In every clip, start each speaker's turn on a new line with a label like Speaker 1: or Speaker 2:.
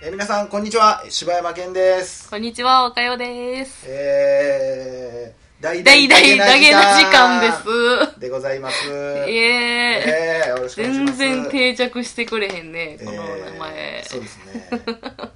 Speaker 1: えー皆さん、こんにちは。えー柴山健です。
Speaker 2: こんにちは、おかよです。
Speaker 1: えー、大
Speaker 2: 大々投げな時間です。
Speaker 1: でございます。
Speaker 2: イ
Speaker 1: え
Speaker 2: エーイ。
Speaker 1: ー、よろしくお願いし
Speaker 2: 全
Speaker 1: ます。
Speaker 2: 然定着してくれへんね、この
Speaker 1: えー
Speaker 2: 名前。
Speaker 1: そうです ね。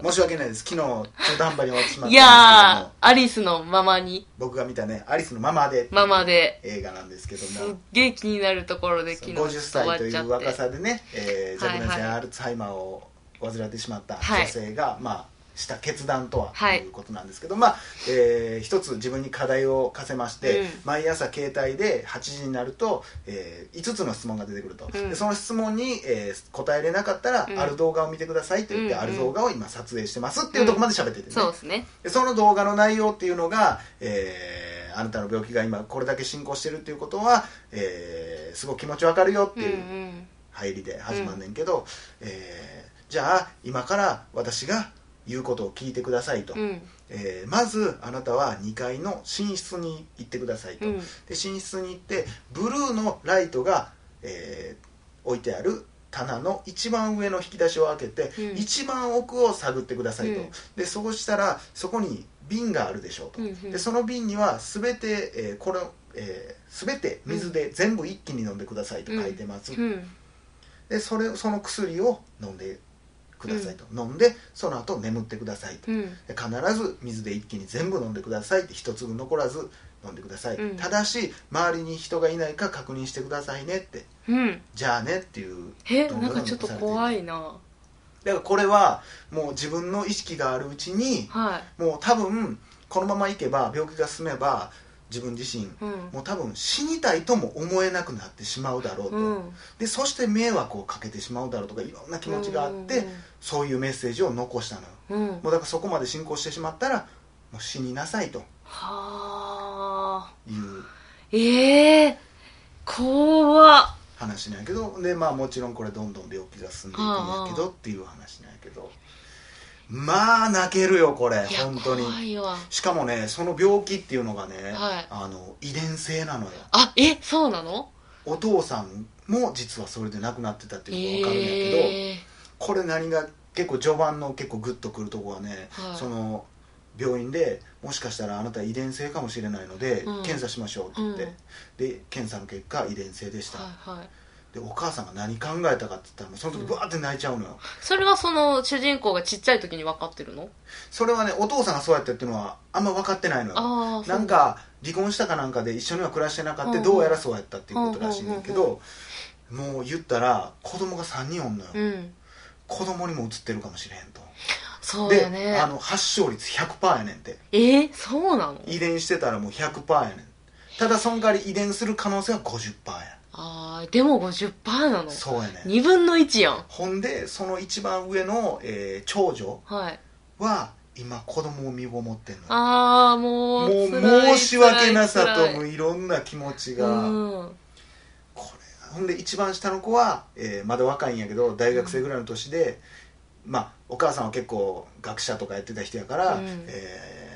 Speaker 1: 申し訳ないです。昨日、中途半端に終わってしまっ
Speaker 2: い
Speaker 1: たんですけど
Speaker 2: やー
Speaker 1: も、、
Speaker 2: アリスのままに、
Speaker 1: 僕が見たね、アリスのママで、
Speaker 2: ままで、
Speaker 1: 映画なんですけど
Speaker 2: すっ
Speaker 1: も、
Speaker 2: げー気になるところで昨日
Speaker 1: 50歳という若さでね、えー、
Speaker 2: はい
Speaker 1: 若
Speaker 2: はい
Speaker 1: 年性アルツハイマーを患ってしまった
Speaker 2: はい
Speaker 1: 女性が、まあした決断とはと
Speaker 2: はい
Speaker 1: いうことなんですけど、まあ、えー一つ自分に課題を課せまして、
Speaker 2: うん
Speaker 1: 毎朝携帯で8時になると、え5つの質問が出てくると、
Speaker 2: うん
Speaker 1: でその質問に、えー答えれなかったら、
Speaker 2: うん
Speaker 1: ある動画を見てくださいと言って、
Speaker 2: うんうん
Speaker 1: ある動画を今撮影してますっていうところまで喋っててね、
Speaker 2: そうですね。
Speaker 1: でその動画の内容っていうのが、えーあなたの病気が今これだけ進行してるっていうことは、えーすごく気持ちわかるよって
Speaker 2: うん。
Speaker 1: いうううん入りで始まんねんけど、えーじゃあ今から私が言うことを聞いてくださいと、
Speaker 2: うん。
Speaker 1: えーまずあなたは2階の寝室に行ってくださいと、
Speaker 2: うん
Speaker 1: で寝室に行ってブルーのライトが、えー置いてある棚の一番上の引き出しを開けて、
Speaker 2: うん
Speaker 1: 一番奥を探ってくださいと、
Speaker 2: うん
Speaker 1: でそうしたらそこに瓶があるでしょうと、
Speaker 2: うんうん
Speaker 1: でその瓶には全て、えーこれえー全て水で全部一気に飲んでくださいと書いてます、
Speaker 2: うん。
Speaker 1: でそれその薬を飲んでくださいと、飲んでその後眠ってくださいと、
Speaker 2: うん。
Speaker 1: で必ず水で一気に全部飲んでくださいって一粒残らず飲んでください、
Speaker 2: うん
Speaker 1: ただし周りに人がいないか確認してくださいねって
Speaker 2: うん。
Speaker 1: じゃあねっていう
Speaker 2: え、なんかちょっと怖
Speaker 1: い
Speaker 2: いな。
Speaker 1: だからこれはもう自分の意識があるうちに
Speaker 2: は
Speaker 1: もう多分このままいけば病気が進めば自分自身
Speaker 2: い。うん。
Speaker 1: もう多分死にたいとも思えなくなってしまうだろうと、
Speaker 2: うん。
Speaker 1: でそして迷惑をかけてしまうだろうとかいろんな気持ちがあって、そういうメッセージを残したのよ
Speaker 2: うん。うん。
Speaker 1: もうだからそこまで進行してしまったらもう死になさいと
Speaker 2: はあ。
Speaker 1: いう
Speaker 2: ええ怖っ
Speaker 1: 話なんやけどでまあもちろんこれどんどん病気が進んでいくんやけどっていう話なんやけどまあ泣けるよこれ
Speaker 2: いや
Speaker 1: 本当に
Speaker 2: 怖いわ
Speaker 1: しかもねその病気っていうのがね、
Speaker 2: はい
Speaker 1: あの遺伝性なのよ
Speaker 2: あえそうなの
Speaker 1: お父さんも実はそれで亡くなってたっていうのが分かるんやけど、
Speaker 2: ええ
Speaker 1: これ何が結構序盤の結構グッとくるとこはね、
Speaker 2: はい
Speaker 1: その病院でもしかしたらあなた遺伝性かもしれないので、
Speaker 2: うん
Speaker 1: 検査しましょうって言って、
Speaker 2: うん
Speaker 1: で検査の結果遺伝性でした、
Speaker 2: はいはい
Speaker 1: でお母さんが何考えたかって言ったらもうその時
Speaker 2: うん
Speaker 1: ブワーって泣いちゃうのよ、
Speaker 2: それはその主人公がちっちゃい時に分かってるの
Speaker 1: それはねお父さんがそうやってっていうのはあんま分かってないのよ
Speaker 2: ああ
Speaker 1: なんか離婚したかなんかで一緒には暮らしてなかっ
Speaker 2: うん
Speaker 1: た
Speaker 2: うん
Speaker 1: どうやらそうやったっていうことらしいんだけ
Speaker 2: うんうん
Speaker 1: どもう言ったら子供が3人おんのよ、
Speaker 2: そううん
Speaker 1: 子供にもうつってるかもしれへんと
Speaker 2: そう
Speaker 1: で
Speaker 2: だね
Speaker 1: あの発症率100%やねんって
Speaker 2: えー、そうなの
Speaker 1: 遺伝してたらもう100%やねんただその代わり遺伝する可能性は50%や
Speaker 2: あーでも50%なの
Speaker 1: そうやねん
Speaker 2: 2分の1やん
Speaker 1: ほんでその一番上の、えー長女
Speaker 2: はい
Speaker 1: は今子供を身ごもってんの
Speaker 2: ああも
Speaker 1: も
Speaker 2: う
Speaker 1: う
Speaker 2: 辛
Speaker 1: 申
Speaker 2: い
Speaker 1: し訳なさ
Speaker 2: 辛
Speaker 1: と
Speaker 2: い
Speaker 1: も
Speaker 2: 辛いう
Speaker 1: いろんな気持ちが、
Speaker 2: うん
Speaker 1: これほんで一番下の子は、えーまだ若いんやけど大学生ぐらいの年で、まあお母さんは結構学者とかやってた人やから、
Speaker 2: うん
Speaker 1: えー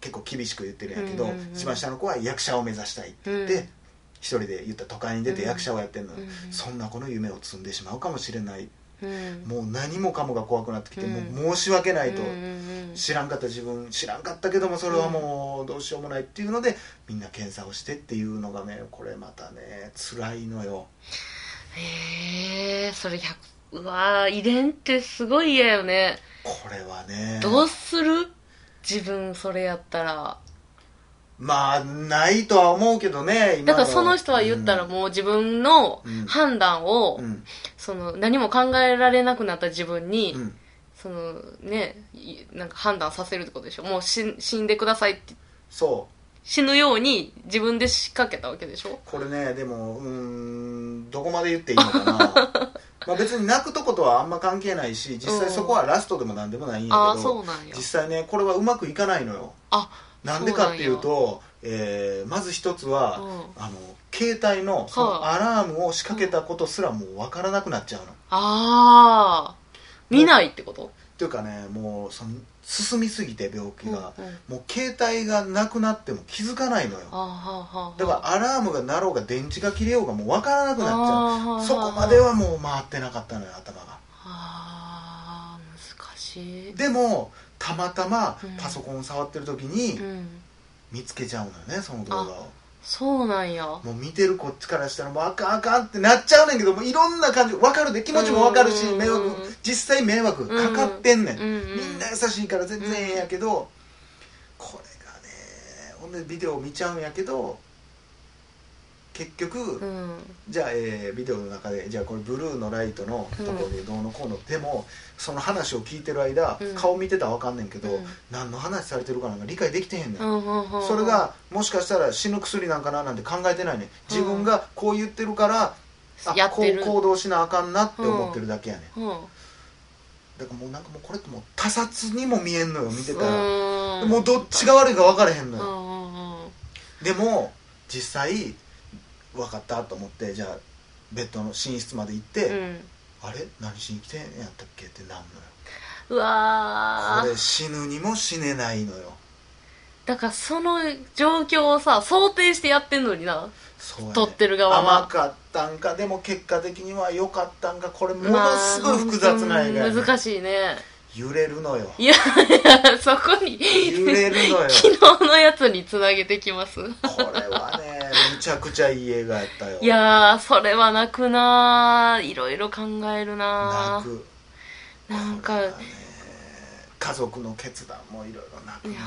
Speaker 1: 結構厳しく言ってるんやけど、
Speaker 2: うんうんうん
Speaker 1: 一番下の子は役者を目指したいって言って、
Speaker 2: うん
Speaker 1: 一人で言ったら都会に出て
Speaker 2: うん
Speaker 1: 役者をやってんのよ、
Speaker 2: うん
Speaker 1: そんな子の夢を積んでしまうかもしれない
Speaker 2: うん
Speaker 1: もう何もかもが怖くなってきて、
Speaker 2: うん
Speaker 1: もう申し訳ないと。
Speaker 2: うんうんうん
Speaker 1: 知らんかった自分知らんかったけどもそれはもうどうしようもないっていうのでみんな検査をしてっていうのがねこれまたね辛いのよ
Speaker 2: えー、それ100うわー遺伝ってすごい嫌よね
Speaker 1: これはね
Speaker 2: どうする自分それやったら
Speaker 1: まあないとは思うけどね今
Speaker 2: だからその人は言ったら
Speaker 1: うん
Speaker 2: もう自分の
Speaker 1: うん
Speaker 2: 判断を、
Speaker 1: うん
Speaker 2: その何も考えられなくなった自分に、
Speaker 1: うん
Speaker 2: そのねいなんか判断させるってことでしょもう死ん死んでくださいって
Speaker 1: そう
Speaker 2: 死ぬように自分で仕掛けたわけでしょ
Speaker 1: これねでもうーんどこまで言っていいの かなまあ別に泣くとことはあんま関係ないし実際そこはラストでも何でもないんや
Speaker 2: ああ
Speaker 1: け
Speaker 2: そ
Speaker 1: ど
Speaker 2: うなんや
Speaker 1: 実際ねこれはうまくいかないのよ
Speaker 2: あ
Speaker 1: なんでかっていうとえーまず一つは、
Speaker 2: そうなんやうん
Speaker 1: あの携帯のそのアラームを仕掛けたことすらもう分からなくなっちゃうの、
Speaker 2: ああ見ないってこと
Speaker 1: でというかねもうその進みすぎて病気が、
Speaker 2: うんうん
Speaker 1: もう携帯がなくなっても気づかないのよ
Speaker 2: あーはーはー
Speaker 1: だからアラームが鳴ろうが電池が切れようがもう分からなくなっちゃう
Speaker 2: あー
Speaker 1: そこまではもう回ってなかったのよ頭が
Speaker 2: あー難しい
Speaker 1: でもたまたま
Speaker 2: うん
Speaker 1: パソコンを触ってる時に
Speaker 2: うん
Speaker 1: 見つけちゃうのよねその動画を
Speaker 2: そうなんや
Speaker 1: もう見てるこっちからしたらもうあかんあかんってなっちゃうねんけどもういろんな感じ分かるで気持ちも分かるし
Speaker 2: うん
Speaker 1: 迷惑実際迷惑かかってんねん
Speaker 2: うんうん
Speaker 1: みんな優しいから全然ええんやけどこれがねほんでビデオ見ちゃうんやけど結局
Speaker 2: うん
Speaker 1: じゃあ、えービデオの中でじゃあこれブルーのライトのところでどうのこうの、でもその話を聞いてる間、
Speaker 2: うん
Speaker 1: 顔見てたら分かんねんけど、
Speaker 2: うん
Speaker 1: 何の話されてるかなんか理解できてへんねん、
Speaker 2: うんうんうんうん
Speaker 1: それがもしかしたら死ぬ薬なんかななんて考えてないねん自分がこう言ってるから、
Speaker 2: や
Speaker 1: あ
Speaker 2: っ
Speaker 1: こ
Speaker 2: て
Speaker 1: う
Speaker 2: る
Speaker 1: 行動しなあかんなって思ってるだけやねん、
Speaker 2: うん
Speaker 1: だからもうなんかもうこれってもう他殺にも見えんのよ見てたら、
Speaker 2: うん
Speaker 1: もうどっちが悪いか分からへん
Speaker 2: う
Speaker 1: の
Speaker 2: んう
Speaker 1: よ、
Speaker 2: んうん
Speaker 1: でも実際分かったと思ってじゃあベッドの寝室まで行って、
Speaker 2: うん
Speaker 1: あれ何しに来てんやったっけってなんの
Speaker 2: うわ
Speaker 1: よこれ
Speaker 2: ー
Speaker 1: 死ぬにも死ねないのよ
Speaker 2: だからその状況をさ想定してやってんのにな
Speaker 1: そうやね
Speaker 2: 撮ってる側は
Speaker 1: 甘かったんかでも結果的には良かったんかこれものすごい複雑な映画や
Speaker 2: まあ
Speaker 1: ね、
Speaker 2: 難しいね
Speaker 1: 揺れるのよ
Speaker 2: いやいやそこに
Speaker 1: 揺れるのよ
Speaker 2: 昨日のやつにつなげてきます
Speaker 1: これはねむちゃくちゃいい映画やったよ
Speaker 2: いやーそれは泣くなーいろいろ考えるな
Speaker 1: 泣
Speaker 2: ー
Speaker 1: く
Speaker 2: なん
Speaker 1: こ
Speaker 2: か
Speaker 1: れ
Speaker 2: い
Speaker 1: はね家族の決断もいろいろ泣くの
Speaker 2: や
Speaker 1: よ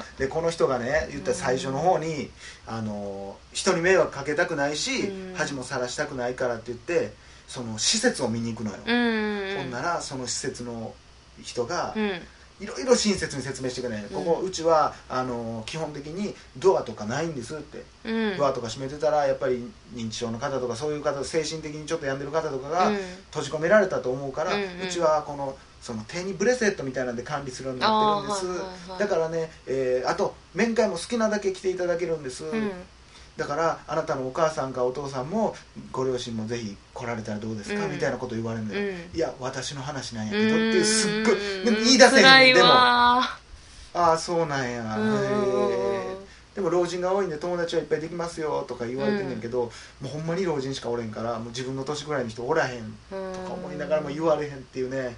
Speaker 2: ー
Speaker 1: でこの人がね言ったら最初の方に、あの人に迷惑かけたくないし、
Speaker 2: うん
Speaker 1: 恥もさらしたくないからって言ってその施設を見に行くのよ、
Speaker 2: う
Speaker 1: ほ
Speaker 2: ん
Speaker 1: んならその施設の人が
Speaker 2: うん
Speaker 1: いろいろ親切に説明してくれない、
Speaker 2: ん
Speaker 1: ここうちはあの基本的にドアとかないんですって、
Speaker 2: うん
Speaker 1: ドアとか閉めてたらやっぱり認知症の方とかそういう方精神的にちょっと病んでる方とかが
Speaker 2: うん
Speaker 1: 閉じ込められたと思うから、
Speaker 2: う
Speaker 1: うん
Speaker 2: うん
Speaker 1: ちはこのその手にブレスレットみたいなんで管理するようになってるんです、
Speaker 2: あーはいはいはい
Speaker 1: だからね、えーあと面会も好きなだけ来ていただけるんです、
Speaker 2: うん
Speaker 1: だからあなたのお母さんかお父さんもご両親もぜひ来られたらどうですか、
Speaker 2: うん
Speaker 1: みたいなこと言われるんだよ、
Speaker 2: うん
Speaker 1: いや私の話なんやけど
Speaker 2: う
Speaker 1: っ
Speaker 2: ん
Speaker 1: ていうすっご
Speaker 2: う
Speaker 1: い
Speaker 2: ん
Speaker 1: 言い出せ
Speaker 2: 辛
Speaker 1: へん
Speaker 2: い
Speaker 1: でもあ
Speaker 2: わ
Speaker 1: あーそうなんや
Speaker 2: ーう
Speaker 1: へ
Speaker 2: ん
Speaker 1: ーでも老人が多いんで友達はいっぱいできますよとか言われてんねんけど、もうほんまに老人しかおれんからもう自分の年ぐらいの人おらへん
Speaker 2: うん
Speaker 1: とか思いながらも言われへんっていうね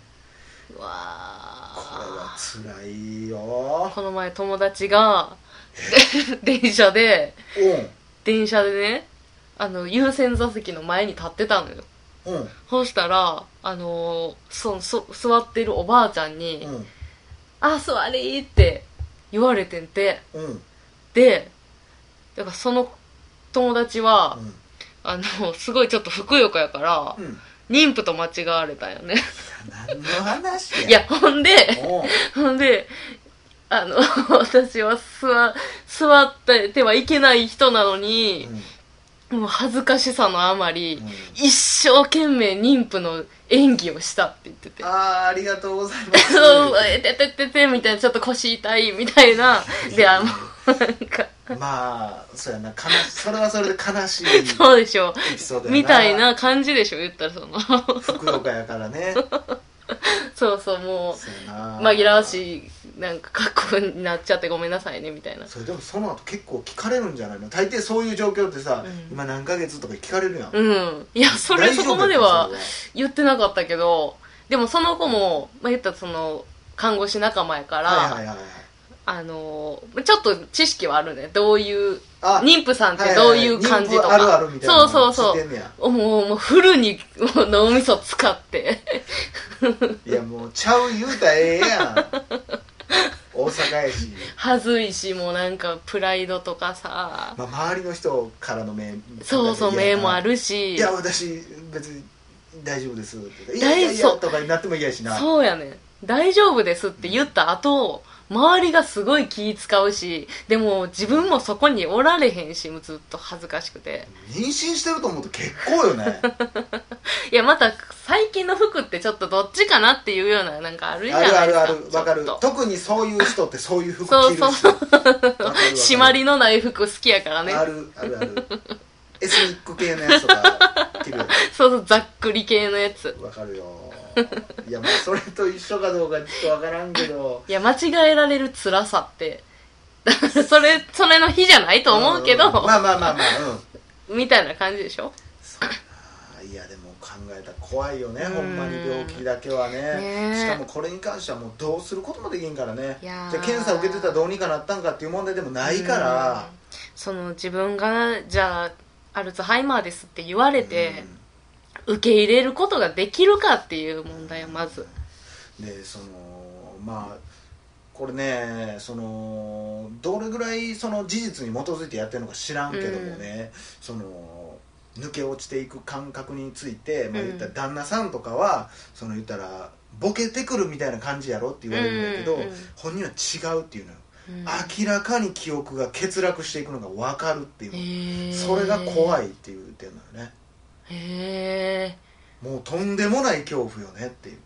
Speaker 2: うわ
Speaker 1: これは
Speaker 2: ー
Speaker 1: 辛いよ
Speaker 2: この前友達が で電車で電車でねあの優先座席の前に立ってたのよ
Speaker 1: うんうん
Speaker 2: そうしたらあのーそのそ座ってるおばあちゃんに
Speaker 1: うん
Speaker 2: 「あ座り!」って言われてんて
Speaker 1: うん
Speaker 2: でだからその友達は、あのすごいちょっとふくよかやから、
Speaker 1: うんうん
Speaker 2: 妊婦と間違われたんよね
Speaker 1: 何の話や
Speaker 2: いやほんで
Speaker 1: うん
Speaker 2: ほんであの私は座座っててはいけない人なのに、もう恥ずかしさのあまり、
Speaker 1: うん
Speaker 2: 一生懸命妊婦の演技をしたって言ってて。
Speaker 1: あーありがとうございます
Speaker 2: そう、えててててみたいな、ちょっと腰痛いみたいな。で、あの、なんか、
Speaker 1: まあそうやな悲しそれはそれで悲しいエピ
Speaker 2: そうでしょ。
Speaker 1: ソードやな
Speaker 2: みたいな感じでしょ、言ったらその。
Speaker 1: ふくよかやからね
Speaker 2: そうそう、も
Speaker 1: そうやな
Speaker 2: う、紛らわしい、なんか、格好になっちゃってごめんなさいね、みたいな。
Speaker 1: それでもその後結構聞かれるんじゃないの大抵そういう状況ってさ、
Speaker 2: うん
Speaker 1: 今何ヶ月とか聞かれるやん、
Speaker 2: うん。いや、それ
Speaker 1: 大丈
Speaker 2: そ
Speaker 1: 夫
Speaker 2: こまでは
Speaker 1: それ
Speaker 2: 言ってなかったけど、でもその子も、まあ、言ったらその、看護師仲間やから、
Speaker 1: ははいはいはいはい
Speaker 2: あのーちょっと知識はあるねどういう
Speaker 1: あ
Speaker 2: 妊婦さんってどういう感じとか、
Speaker 1: はいはいはい妊婦あるあるみたいな
Speaker 2: そうそうそ
Speaker 1: 知ってんねや
Speaker 2: うもうもうフルにもう脳みそ使って
Speaker 1: いやもうちゃう言うたらええ やん大阪やし、
Speaker 2: 恥ずいしもうなんかプライドとかさ
Speaker 1: まあ、周りの人からの目
Speaker 2: そうそう
Speaker 1: 嫌や
Speaker 2: 目
Speaker 1: な
Speaker 2: もあるし
Speaker 1: いや私別に大丈夫ですって言っていや
Speaker 2: 大
Speaker 1: いやいや
Speaker 2: そう
Speaker 1: とかになっても嫌やしな
Speaker 2: そうやねん大丈夫ですって言った後、周りがすごい気使うしでも自分もそこにおられへんしもうずっと恥ずかしくて
Speaker 1: 妊娠してると思うと結構よね
Speaker 2: いやまた最近の服ってちょっとどっちかなっていうようななんかあるじゃ
Speaker 1: あ
Speaker 2: ない
Speaker 1: る
Speaker 2: ですか
Speaker 1: あるあるわかる
Speaker 2: ちょっと
Speaker 1: 特にそういう人ってそういう服着るし
Speaker 2: そうそう
Speaker 1: わかるわかる
Speaker 2: 締まりのない服好きやからね
Speaker 1: あるあるあるエスニック系のやつとか着るよね
Speaker 2: そうそう、ざっくり系のやつ。
Speaker 1: わかるよいやまあそれと一緒かどうかちょっとわからんけど
Speaker 2: いや、間違えられる辛さって、 だからそれ、それの日じゃないと思うけど、
Speaker 1: んまあまあまあまあうん
Speaker 2: みたいな感じでしょ
Speaker 1: そうやないやでも考えたら怖いよね
Speaker 2: うん
Speaker 1: ほんまに病気だけはね
Speaker 2: ねえ
Speaker 1: しかもこれに関してはもうどうすることもできんからね
Speaker 2: い
Speaker 1: じ
Speaker 2: や
Speaker 1: ゃ
Speaker 2: ー
Speaker 1: あ検査受けてたらどうにかなったんかっていう問題でもないから
Speaker 2: うんその自分がじゃあアルツハイマーですって言われて、受け入れることができるかっていう問題はまず
Speaker 1: うんでそのまあこれねそのどれぐらいその事実に基づいてやってるのか知らんけどもね、その抜け落ちていく感覚について、まあ、
Speaker 2: う
Speaker 1: 言っ
Speaker 2: ん
Speaker 1: たら旦那さんとかは、その言ったらボケてくるみたいな感じやろって言われるんだけど、
Speaker 2: うんうんうん
Speaker 1: 本人は違うっていうのよ、
Speaker 2: うん
Speaker 1: 明らかに記憶が欠落していくのが分かるっていう、
Speaker 2: へえ
Speaker 1: それが怖
Speaker 2: へ
Speaker 1: いって言ってんのよね
Speaker 2: え
Speaker 1: もうとんでもない恐怖よねって言って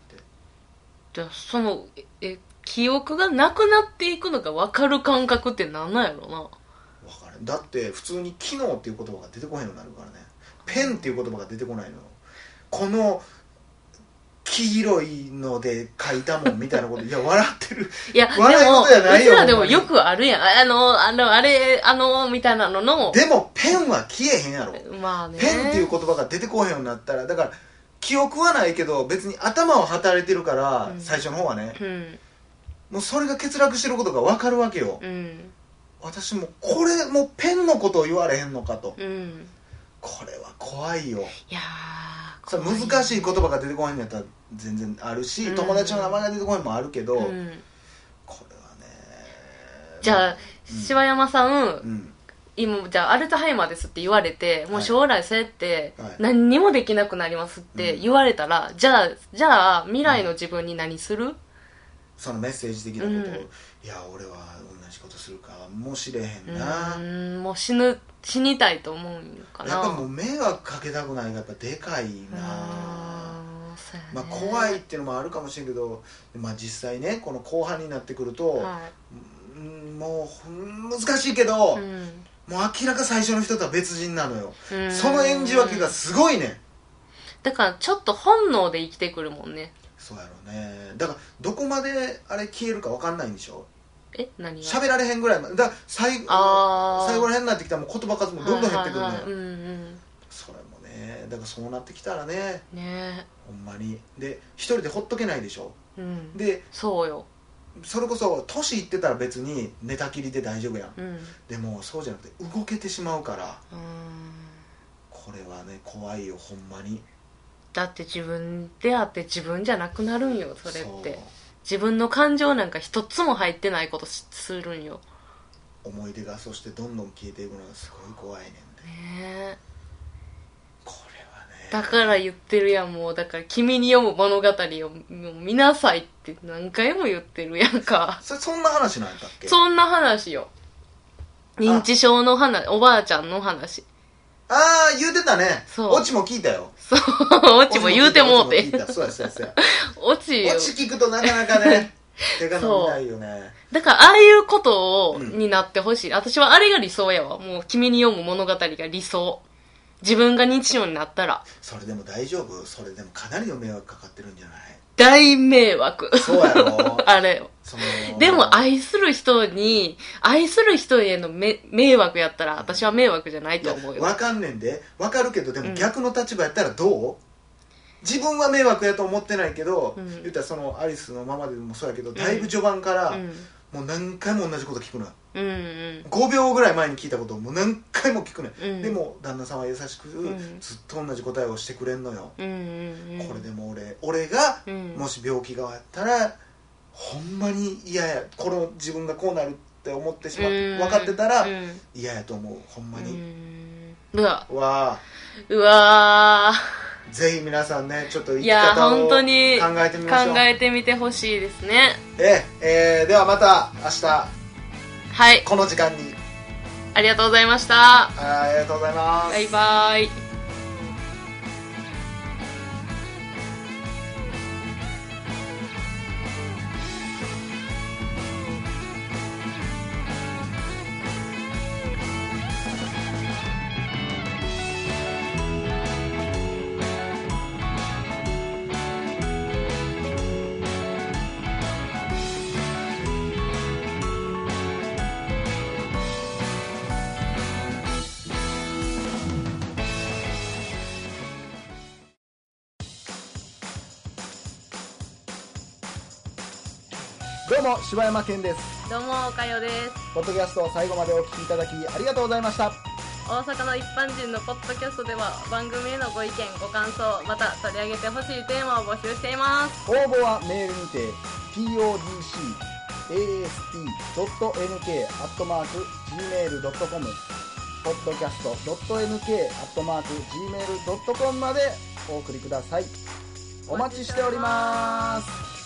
Speaker 2: じゃあそのえ記憶がなくなっていくのが分かる感覚ってなんなんやろな
Speaker 1: わかるだって普通に「機能」っていう言葉が出てこへんようになるからね「ペン」っていう言葉が出てこないのよこの黄色いので書いたもんみたいなこといや笑ってる
Speaker 2: いやでも
Speaker 1: 笑い事じゃな
Speaker 2: う
Speaker 1: い
Speaker 2: ち
Speaker 1: よ
Speaker 2: らで
Speaker 1: ほ
Speaker 2: も
Speaker 1: んまに
Speaker 2: よくあるやんああのあのあれあのみたいなのの
Speaker 1: でも「ペン」は消えへんやろ
Speaker 2: まあ
Speaker 1: 「
Speaker 2: ね
Speaker 1: ペン」っていう言葉が出てこへんようになったらだから記憶はないけど別に頭は働いてるから、
Speaker 2: うん
Speaker 1: 最初の方はね
Speaker 2: うん
Speaker 1: もうそれが欠落してることが分かるわけよ、
Speaker 2: うん
Speaker 1: 私もこれもうペンのことを言われへんのかと
Speaker 2: うん
Speaker 1: これは怖いよ
Speaker 2: いやー
Speaker 1: さ
Speaker 2: 怖
Speaker 1: 難しい言葉が出てこないんやったら全然あるし、
Speaker 2: うん
Speaker 1: 友達の名前が出てこないのもあるけど、
Speaker 2: うん
Speaker 1: これはね
Speaker 2: じゃあ、
Speaker 1: うん
Speaker 2: 柴山さん、
Speaker 1: うん
Speaker 2: 今、じゃあ、アルツハイマーですって言われて、もう将来そうやって
Speaker 1: はい、
Speaker 2: 何にもできなくなりますって言われたら、じゃあ、じゃあ、未来の自分に何する、
Speaker 1: そのメッセージ的なことを、
Speaker 2: うん
Speaker 1: いや俺は同じことするかもしれへ
Speaker 2: うん
Speaker 1: な、
Speaker 2: ーん、もう死ぬ、死にたいと思うんかな。
Speaker 1: やっぱもう迷惑かけたくないがやっぱでかいな、
Speaker 2: あーそうやね
Speaker 1: まあ、怖いっていうのもあるかもしれんけど、まあ、実際ねこの後半になってくると、
Speaker 2: は
Speaker 1: うんもううん難しいけど、
Speaker 2: い
Speaker 1: もう
Speaker 2: うん
Speaker 1: 明らか最初の人とは別人なのよ、
Speaker 2: うん
Speaker 1: その演じ分けがすごいねん
Speaker 2: だからちょっと本能で生きてくるもんね
Speaker 1: そうやろねだからどこまであれ消えるか分かんないんでしょ
Speaker 2: え何が
Speaker 1: 喋られへんぐらいまでだから最後
Speaker 2: あー
Speaker 1: 最後らへんになってきたらもう言葉数もどんどん減ってくるね、
Speaker 2: はいはいはいうんうん
Speaker 1: それもねだからそうなってきたらね
Speaker 2: ね
Speaker 1: ほんまにで一人でほっとけないでしょ
Speaker 2: えうん
Speaker 1: で
Speaker 2: そうよ
Speaker 1: それこそ年いってたら別に寝たきりで大丈夫やん
Speaker 2: うんう
Speaker 1: でもそうじゃなくて動けてしまうから
Speaker 2: ーん
Speaker 1: これはね怖いよほんまに
Speaker 2: だって自分であって自分じゃなくなるんよそれって
Speaker 1: そう
Speaker 2: 自分の感情なんか一つも入ってないことしするんよ
Speaker 1: 思い出がそしてどんどん消えていくのがすごい怖いねんで
Speaker 2: ねえ
Speaker 1: これはね
Speaker 2: だから言ってるやんもうだから君に読む物語をもう見なさいって何回も言ってるやん か
Speaker 1: それそんな話なんやったっけ
Speaker 2: そんな話よ認知症の話おばあちゃんの話
Speaker 1: ああ言うてたね
Speaker 2: そう
Speaker 1: オチも聞いたよ
Speaker 2: そうオチも言うてもう
Speaker 1: オチ
Speaker 2: て
Speaker 1: も聞いたそうやそうやそう や
Speaker 2: オチよ
Speaker 1: オチ聞くとなかなかね 手が伸びないよね
Speaker 2: だからああいうことを、
Speaker 1: うん
Speaker 2: になってほしい私はあれが理想やわもう君に読む物語が理想自分が認知症になったら
Speaker 1: それでも大丈夫それでもかなりの迷惑かかってるんじゃない
Speaker 2: 大迷惑
Speaker 1: そうやろ
Speaker 2: あれよ
Speaker 1: その
Speaker 2: でも愛する人に愛する人へのめ迷惑やったら私は迷惑じゃない
Speaker 1: い
Speaker 2: と
Speaker 1: や
Speaker 2: 思うよ
Speaker 1: わかんねんでわかるけどで
Speaker 2: う
Speaker 1: も
Speaker 2: ん
Speaker 1: 逆の立場やったらどう自分は迷惑やと思ってないけど、
Speaker 2: うん
Speaker 1: 言ったらそのアリスのままでもそうやけどだいぶ序盤から、
Speaker 2: うん
Speaker 1: もう何回も同じこと聞くのよ
Speaker 2: うんうん
Speaker 1: 5秒ぐらい前に聞いたことをもう何回も聞くね、
Speaker 2: うん
Speaker 1: ん、でも旦那さんは優しく、
Speaker 2: ん
Speaker 1: ずっと同じ答えをしてくれんのよ、
Speaker 2: うんうんうん
Speaker 1: これでも俺俺が
Speaker 2: うん
Speaker 1: もし病気があったらほんまに嫌やこの自分がこうなるって思ってしまっ
Speaker 2: うん
Speaker 1: 分かってたら
Speaker 2: うん
Speaker 1: 嫌やと思うほんま
Speaker 2: う
Speaker 1: に、
Speaker 2: んうわ
Speaker 1: わあ
Speaker 2: うわー
Speaker 1: ぜひ皆さんねちょっと生
Speaker 2: い
Speaker 1: き
Speaker 2: や
Speaker 1: 方
Speaker 2: 本
Speaker 1: を
Speaker 2: 当
Speaker 1: 考
Speaker 2: に
Speaker 1: えてみましょう
Speaker 2: 考えてみてほしいですね
Speaker 1: えええーではまた明日
Speaker 2: はい
Speaker 1: この時間に
Speaker 2: ありがとうございました
Speaker 1: あーありがとうございます、
Speaker 2: バイバイ
Speaker 1: どうも柴山健です
Speaker 2: どうもおかよです
Speaker 1: ポッドキャストを最後までお聞きいただきありがとうございました
Speaker 2: 大阪の一般人のポッドキャストでは番組へのご意見ご感想また取り上げてほしいテーマを募集しています
Speaker 1: 応募はメールにて podcast.nk.gmail.com podcast.nk.gmail.com までお送りくださいお待ちしております